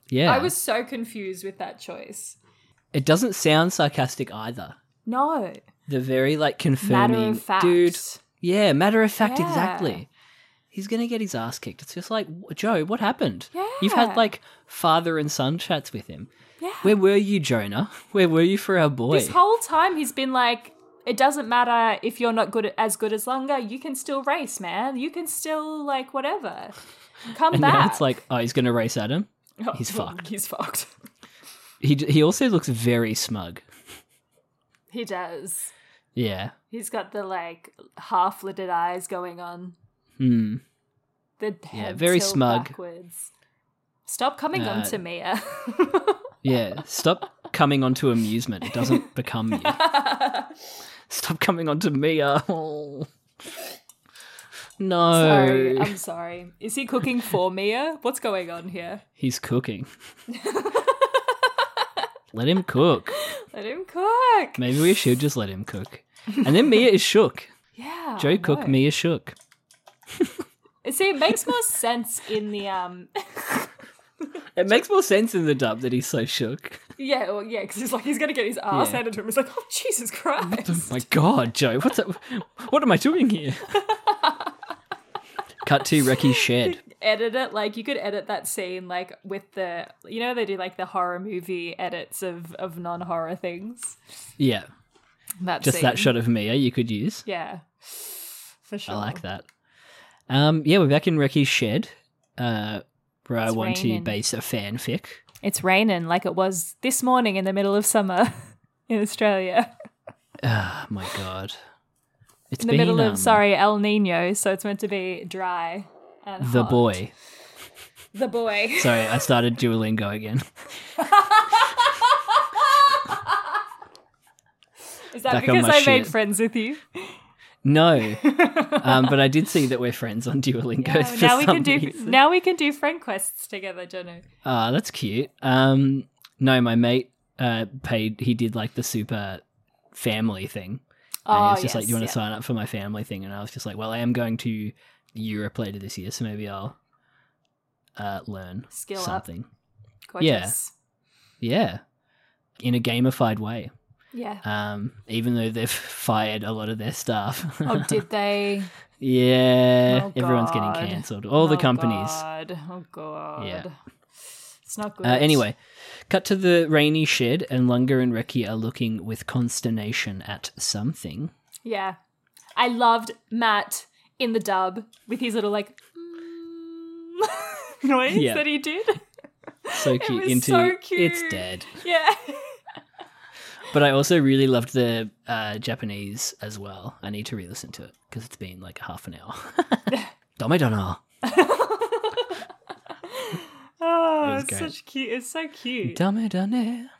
[SPEAKER 2] Yeah.
[SPEAKER 1] I was so confused with that choice.
[SPEAKER 2] It doesn't sound sarcastic either.
[SPEAKER 1] No,
[SPEAKER 2] The very like confirming
[SPEAKER 1] matter of fact,
[SPEAKER 2] dude. Yeah, matter of fact,
[SPEAKER 1] Yeah.
[SPEAKER 2] exactly. He's gonna get his ass kicked. It's just like "W- Joe, what happened? You've
[SPEAKER 1] Yeah.
[SPEAKER 2] had like father and son chats with him.
[SPEAKER 1] Yeah.
[SPEAKER 2] Where were you, Jonah? Where were you for our boy?
[SPEAKER 1] This whole time he's been like, it doesn't matter if you're not good as good as Lunga, you can still race, man. You can still like whatever. Come
[SPEAKER 2] and
[SPEAKER 1] back.
[SPEAKER 2] now it's like, oh, he's gonna race at him.
[SPEAKER 1] Oh,
[SPEAKER 2] he's fucked.
[SPEAKER 1] He's fucked.
[SPEAKER 2] He d- he also looks very smug.
[SPEAKER 1] He does.
[SPEAKER 2] Yeah.
[SPEAKER 1] He's got the like half lidded eyes going on.
[SPEAKER 2] Hmm.
[SPEAKER 1] The
[SPEAKER 2] Yeah,
[SPEAKER 1] head
[SPEAKER 2] very
[SPEAKER 1] tilt
[SPEAKER 2] smug.
[SPEAKER 1] Backwards. Stop coming
[SPEAKER 2] Uh,
[SPEAKER 1] on to Mia.
[SPEAKER 2] Yeah. Stop coming onto amusement. It doesn't become you. Stop coming onto Mia. Oh. No.
[SPEAKER 1] sorry, I'm sorry. Is he cooking for Mia? What's going on here?
[SPEAKER 2] He's cooking. let him cook.
[SPEAKER 1] Let him cook.
[SPEAKER 2] Maybe we should just let him cook. And then Mia is shook.
[SPEAKER 1] Yeah.
[SPEAKER 2] Joe
[SPEAKER 1] I
[SPEAKER 2] Cook,
[SPEAKER 1] know.
[SPEAKER 2] Mia shook.
[SPEAKER 1] See, it makes more sense in the um.
[SPEAKER 2] It makes more sense in the dub that he's so shook.
[SPEAKER 1] Yeah, well, yeah, because he's like he's gonna get his ass
[SPEAKER 2] Yeah.
[SPEAKER 1] handed to him. He's like, oh Jesus Christ!
[SPEAKER 2] My God, Joe, what's up? What am I doing here? Cut to Recky's shed.
[SPEAKER 1] edit it like you could edit that scene like with the you know they do like the horror movie edits of of non horror things.
[SPEAKER 2] Yeah,
[SPEAKER 1] That
[SPEAKER 2] just
[SPEAKER 1] scene.
[SPEAKER 2] that shot of Mia you could use.
[SPEAKER 1] Yeah, for sure.
[SPEAKER 2] I like that. Um, yeah, we're back in Recky's shed, uh, where I
[SPEAKER 1] It's
[SPEAKER 2] want
[SPEAKER 1] raining.
[SPEAKER 2] to base a fanfic.
[SPEAKER 1] It's raining like it was this morning in the middle of summer in Australia.
[SPEAKER 2] Oh my God, it's
[SPEAKER 1] In the
[SPEAKER 2] been,
[SPEAKER 1] middle
[SPEAKER 2] um,
[SPEAKER 1] of sorry El Nino, so it's meant to be dry. And
[SPEAKER 2] The
[SPEAKER 1] hot.
[SPEAKER 2] boy.
[SPEAKER 1] The boy.
[SPEAKER 2] Sorry, I started Duolingo again.
[SPEAKER 1] Is that
[SPEAKER 2] Back on
[SPEAKER 1] because
[SPEAKER 2] my
[SPEAKER 1] I made
[SPEAKER 2] shit.
[SPEAKER 1] friends with you?
[SPEAKER 2] No, um, but I did see that we're friends on Duolingo.
[SPEAKER 1] Oh,
[SPEAKER 2] for
[SPEAKER 1] now we can
[SPEAKER 2] some
[SPEAKER 1] do
[SPEAKER 2] reason.
[SPEAKER 1] now we can do friend quests together, Jono.
[SPEAKER 2] Ah, that's cute. Um, no, my mate uh paid. He did like the super family thing. and
[SPEAKER 1] Oh,
[SPEAKER 2] he was just like, "Do you want to sign up for my family thing?" And I was just like, "Well, I am going to Europe later this year, so maybe I'll uh learn
[SPEAKER 1] Skill up.
[SPEAKER 2] something."
[SPEAKER 1] Gorgeous.
[SPEAKER 2] Yeah, in a gamified way.
[SPEAKER 1] Yeah.
[SPEAKER 2] Um, even though they've fired a lot of their staff.
[SPEAKER 1] Oh, did they?
[SPEAKER 2] yeah,
[SPEAKER 1] Oh,
[SPEAKER 2] everyone's getting
[SPEAKER 1] God.
[SPEAKER 2] cancelled. All the
[SPEAKER 1] Oh,
[SPEAKER 2] companies.
[SPEAKER 1] God. Oh god.
[SPEAKER 2] Yeah.
[SPEAKER 1] It's not good.
[SPEAKER 2] Uh, anyway, cut to the rainy shed, and Lunga and Reki are looking with consternation at something.
[SPEAKER 1] Yeah. I loved Matt in the dub with his little like mm, noise
[SPEAKER 2] Yeah.
[SPEAKER 1] that he did.
[SPEAKER 2] So cute
[SPEAKER 1] was
[SPEAKER 2] into
[SPEAKER 1] so cute.
[SPEAKER 2] it's dead.
[SPEAKER 1] Yeah.
[SPEAKER 2] But I also really loved the uh, Japanese as well. I need to re-listen to it because it's been like half an hour. Dome dono.
[SPEAKER 1] Oh,
[SPEAKER 2] was
[SPEAKER 1] it's
[SPEAKER 2] great.
[SPEAKER 1] such cute. It's so cute.
[SPEAKER 2] Dame dane.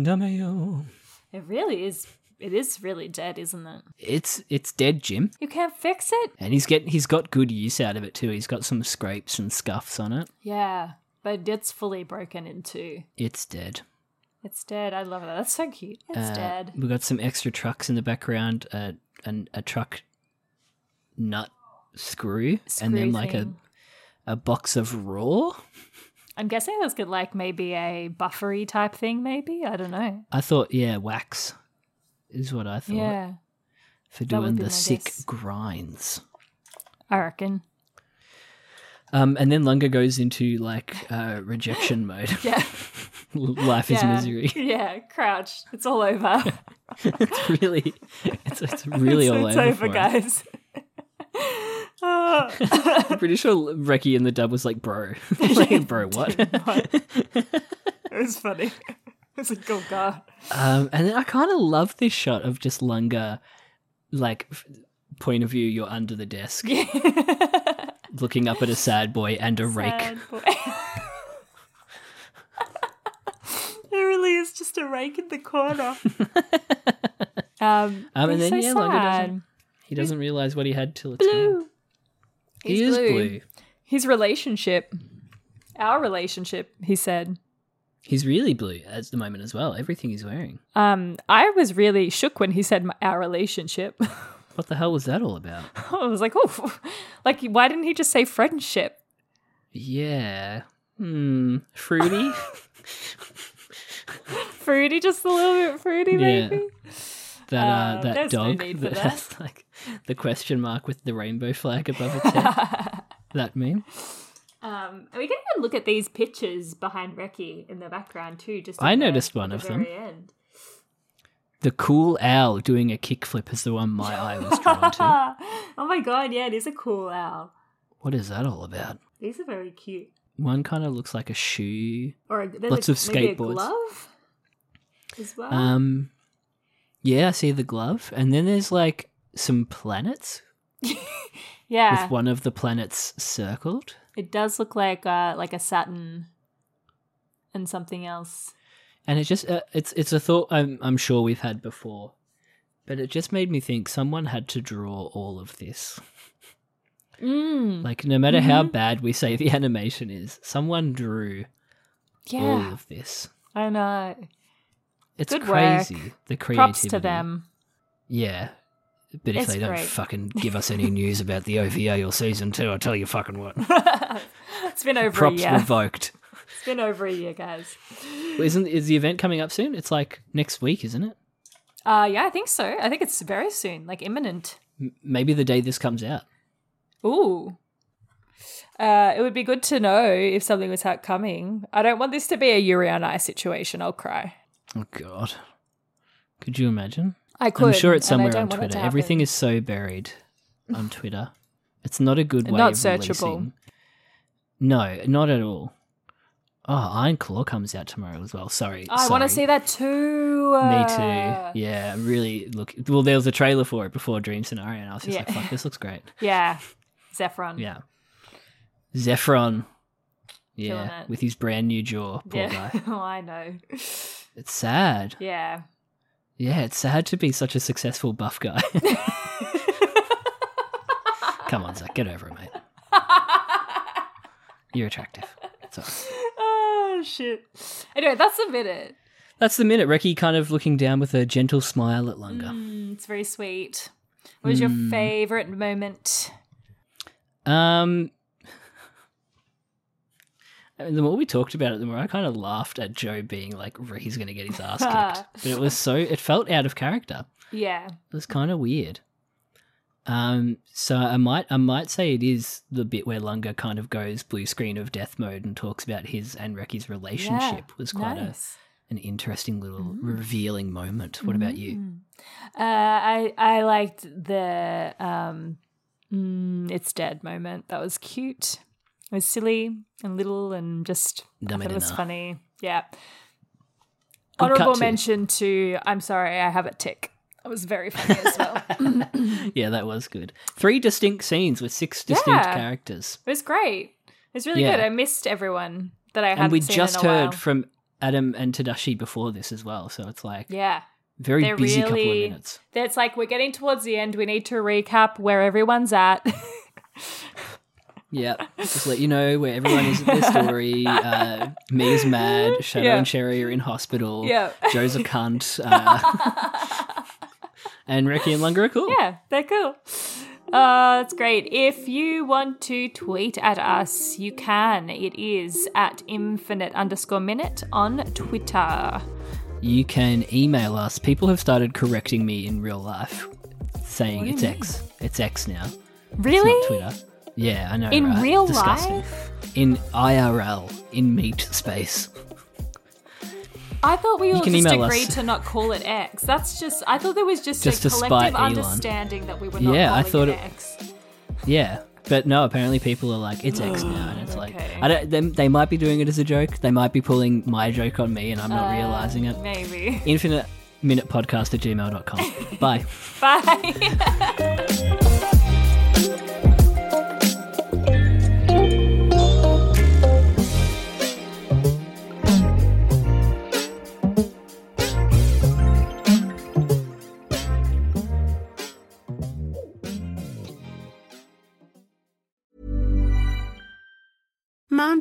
[SPEAKER 2] Dame yo.
[SPEAKER 1] It really is. It is really dead, isn't it?
[SPEAKER 2] It's it's dead, Jim,
[SPEAKER 1] You can't fix it.
[SPEAKER 2] and he's get he's got good use out of it too. He's got some scrapes and scuffs on it.
[SPEAKER 1] Yeah, but it's fully broken into.
[SPEAKER 2] It's dead.
[SPEAKER 1] It's dead. I love that. That's so cute. It's
[SPEAKER 2] Uh,
[SPEAKER 1] dead.
[SPEAKER 2] We got some extra trucks in the background, uh, an, a truck nut screw, and
[SPEAKER 1] Screw
[SPEAKER 2] then like a,
[SPEAKER 1] thing.
[SPEAKER 2] a box of raw.
[SPEAKER 1] I'm guessing this could like maybe a buffery type thing. Maybe I don't know.
[SPEAKER 2] I thought, yeah, wax is what I thought
[SPEAKER 1] Yeah,
[SPEAKER 2] for
[SPEAKER 1] that would
[SPEAKER 2] doing
[SPEAKER 1] be
[SPEAKER 2] the
[SPEAKER 1] my
[SPEAKER 2] sick
[SPEAKER 1] guess.
[SPEAKER 2] grinds.
[SPEAKER 1] I reckon.
[SPEAKER 2] Um, and then Lunga goes into like uh, rejection mode.
[SPEAKER 1] Yeah,
[SPEAKER 2] Life is
[SPEAKER 1] yeah.
[SPEAKER 2] misery.
[SPEAKER 1] Yeah, crouch. It's all over.
[SPEAKER 2] it's really, it's, it's really
[SPEAKER 1] it's,
[SPEAKER 2] all
[SPEAKER 1] it's
[SPEAKER 2] over,
[SPEAKER 1] over,
[SPEAKER 2] for him.
[SPEAKER 1] guys. Ah.
[SPEAKER 2] I'm pretty sure Reki in the dub was like, "Bro, like, bro, what?"
[SPEAKER 1] it was funny. It's like oh god.
[SPEAKER 2] Um, and then I kind of love this shot of just Lunga, like, f- point of view, you're under the desk, looking up at a sad boy and a rake.
[SPEAKER 1] Sad boy. it really is just a rake in the corner. um,
[SPEAKER 2] Um, and
[SPEAKER 1] he's
[SPEAKER 2] then,
[SPEAKER 1] so
[SPEAKER 2] yeah, Lunga
[SPEAKER 1] sad.
[SPEAKER 2] doesn't- He doesn't realize what he had till it's gone. He
[SPEAKER 1] He's
[SPEAKER 2] is
[SPEAKER 1] blue.
[SPEAKER 2] blue.
[SPEAKER 1] His relationship, our relationship, he said.
[SPEAKER 2] He's really blue at the moment as well. Everything he's wearing.
[SPEAKER 1] Um, I was really shook when he said my, our relationship.
[SPEAKER 2] What the hell was that all about?
[SPEAKER 1] I was like, oh, like why didn't he just say friendship?
[SPEAKER 2] Yeah. Hmm. Fruity.
[SPEAKER 1] Fruity, just a little bit fruity,
[SPEAKER 2] Yeah.
[SPEAKER 1] maybe.
[SPEAKER 2] That uh,
[SPEAKER 1] Uh,
[SPEAKER 2] that
[SPEAKER 1] there's no
[SPEAKER 2] dog
[SPEAKER 1] need for
[SPEAKER 2] that,
[SPEAKER 1] that.
[SPEAKER 2] has like the question mark with the rainbow flag above its head. that meme.
[SPEAKER 1] Um, and we can even look at these pictures behind Reki in the background too. Just
[SPEAKER 2] I
[SPEAKER 1] at the-
[SPEAKER 2] noticed one
[SPEAKER 1] at
[SPEAKER 2] of
[SPEAKER 1] the
[SPEAKER 2] them.
[SPEAKER 1] Very end.
[SPEAKER 2] The cool owl doing a kickflip is the one my eye was drawn to.
[SPEAKER 1] oh my god, yeah, it is a cool owl.
[SPEAKER 2] What is that all about?
[SPEAKER 1] These are very cute.
[SPEAKER 2] One kind of looks like a shoe.
[SPEAKER 1] Or a, there's
[SPEAKER 2] Lots
[SPEAKER 1] a,
[SPEAKER 2] of
[SPEAKER 1] maybe a
[SPEAKER 2] skateboards.
[SPEAKER 1] glove as well.
[SPEAKER 2] Um, yeah, I see the glove, and then there's like some planets
[SPEAKER 1] yeah,
[SPEAKER 2] with one of the planets circled.
[SPEAKER 1] it does look like uh, like a Saturn and something else.
[SPEAKER 2] And it just uh, it's it's a thought I'm I'm sure we've had before, but it just made me think someone had to draw all of this.
[SPEAKER 1] Mm-hmm. Mm,
[SPEAKER 2] Like no matter how bad we say the animation is, someone drew all
[SPEAKER 1] yeah,
[SPEAKER 2] of this.
[SPEAKER 1] I know.
[SPEAKER 2] It's
[SPEAKER 1] Good work.
[SPEAKER 2] crazy the creativity.
[SPEAKER 1] Props to them.
[SPEAKER 2] Yeah. But if
[SPEAKER 1] It's
[SPEAKER 2] they don't
[SPEAKER 1] great.
[SPEAKER 2] fucking give us any news about the OVA or season two, I'll tell you fucking what.
[SPEAKER 1] It's been over
[SPEAKER 2] Props
[SPEAKER 1] a year.
[SPEAKER 2] revoked.
[SPEAKER 1] it's been over a year, guys.
[SPEAKER 2] Isn't is the event coming up soon? It's like next week, isn't it?
[SPEAKER 1] Uh, yeah, I think so. I think it's very soon, like imminent.
[SPEAKER 2] M- Maybe the day this comes out.
[SPEAKER 1] Ooh. Uh, it would be good to know if something was out coming. I don't want this to be a Yuri on Ice situation. I'll cry.
[SPEAKER 2] Oh god. Could you imagine?
[SPEAKER 1] I could.
[SPEAKER 2] I'm sure it's
[SPEAKER 1] and I
[SPEAKER 2] somewhere
[SPEAKER 1] don't
[SPEAKER 2] on
[SPEAKER 1] want it to
[SPEAKER 2] Twitter.
[SPEAKER 1] happen.
[SPEAKER 2] Everything is so buried on Twitter. It's not a good way
[SPEAKER 1] Not
[SPEAKER 2] of
[SPEAKER 1] searchable.
[SPEAKER 2] releasing. No, not at all. Oh, Iron Claw comes out tomorrow as well. Sorry.
[SPEAKER 1] I want to
[SPEAKER 2] sorry.
[SPEAKER 1] see that too.
[SPEAKER 2] Me
[SPEAKER 1] uh,
[SPEAKER 2] too. Yeah, I'm really look. Well, there was a trailer for it before Dream Scenario, and I was just
[SPEAKER 1] Yeah.
[SPEAKER 2] like, "Fuck, this looks great."
[SPEAKER 1] Yeah. Zephron.
[SPEAKER 2] Yeah, Zephron.
[SPEAKER 1] Killing
[SPEAKER 2] Yeah,
[SPEAKER 1] it.
[SPEAKER 2] with his brand new jaw. Poor
[SPEAKER 1] Yeah.
[SPEAKER 2] guy.
[SPEAKER 1] oh, I know.
[SPEAKER 2] It's sad.
[SPEAKER 1] Yeah.
[SPEAKER 2] Yeah, it's sad to be such a successful buff guy. Come on, Zach, get over it, mate. You're attractive. It's all right. Ah,
[SPEAKER 1] Oh, shit. Anyway, that's a minute.
[SPEAKER 2] That's the minute. Reki kind of looking down with a gentle smile at Lunga.
[SPEAKER 1] Mm, It's very sweet. What was
[SPEAKER 2] Hmm.
[SPEAKER 1] your favorite moment?
[SPEAKER 2] Um, I mean, the more we talked about it, the more I kind of laughed at Joe being like, "He's going to get his ass kicked." but it was so it felt out of character.
[SPEAKER 1] Yeah.
[SPEAKER 2] It was kind of weird. Um, so I might I might say it is the bit where Lunga kind of goes blue screen of death mode and talks about his and Reki's relationship was quite
[SPEAKER 1] nice. Mm-hmm.
[SPEAKER 2] a, an interesting little revealing moment. What about you?
[SPEAKER 1] Uh, I I liked the um, mm, it's dead moment. That was cute. It was silly and little and just I thought it was
[SPEAKER 2] Dominina.
[SPEAKER 1] funny. Yeah.
[SPEAKER 2] Good cut
[SPEAKER 1] Honorable
[SPEAKER 2] too.
[SPEAKER 1] mention to I'm sorry, I have a tick. That was very funny as well. it Mm.
[SPEAKER 2] Yeah, that was good. Three distinct scenes with six distinct
[SPEAKER 1] Yeah.
[SPEAKER 2] characters.
[SPEAKER 1] was great. It was really
[SPEAKER 2] Yeah.
[SPEAKER 1] good. I missed everyone that I hadn't
[SPEAKER 2] and we
[SPEAKER 1] seen
[SPEAKER 2] just
[SPEAKER 1] in a
[SPEAKER 2] heard
[SPEAKER 1] while.
[SPEAKER 2] from Adam and Tadashi before this as well, so it's like
[SPEAKER 1] yeah.
[SPEAKER 2] very
[SPEAKER 1] They're
[SPEAKER 2] busy couple of
[SPEAKER 1] really-
[SPEAKER 2] minutes.
[SPEAKER 1] That's like we're getting towards the end. We need to recap where everyone's at.
[SPEAKER 2] Yeah, just let you know where everyone is in their story. Uh, me is mad. Shadow
[SPEAKER 1] Yeah.
[SPEAKER 2] and Cherry are in hospital.
[SPEAKER 1] Yeah.
[SPEAKER 2] Joe's a cunt. Uh, and Ricky and Lunga are cool.
[SPEAKER 1] yeah, they're cool. Uh, that's great. If you want to tweet at us, you can. It is at infinite underscore minute on Twitter.
[SPEAKER 2] You can email us. People have started correcting me in real life, saying it's X. It's X now. Not
[SPEAKER 1] Really?
[SPEAKER 2] Twitter. Yeah, I know.
[SPEAKER 1] In
[SPEAKER 2] right?
[SPEAKER 1] real
[SPEAKER 2] Disgusting.
[SPEAKER 1] life?
[SPEAKER 2] In IRL, in meat space.
[SPEAKER 1] I thought we all
[SPEAKER 2] can
[SPEAKER 1] just
[SPEAKER 2] email us.
[SPEAKER 1] agreed to not call it X. That's just, I thought there was just,
[SPEAKER 2] Just
[SPEAKER 1] a
[SPEAKER 2] to spite
[SPEAKER 1] collective
[SPEAKER 2] Elon.
[SPEAKER 1] understanding that we were not
[SPEAKER 2] Yeah, I
[SPEAKER 1] calling
[SPEAKER 2] thought
[SPEAKER 1] it,
[SPEAKER 2] it-
[SPEAKER 1] X.
[SPEAKER 2] Yeah, but no. Apparently, people are like, "It's X now," and it's like,
[SPEAKER 1] okay.
[SPEAKER 2] I don't. They, they might be doing it as a joke. They might be pulling my joke on me, and I'm not realizing it.
[SPEAKER 1] Maybe.
[SPEAKER 2] Infinite Minute Podcast at gmail.com. Bye.
[SPEAKER 1] Bye.
[SPEAKER 6] Mom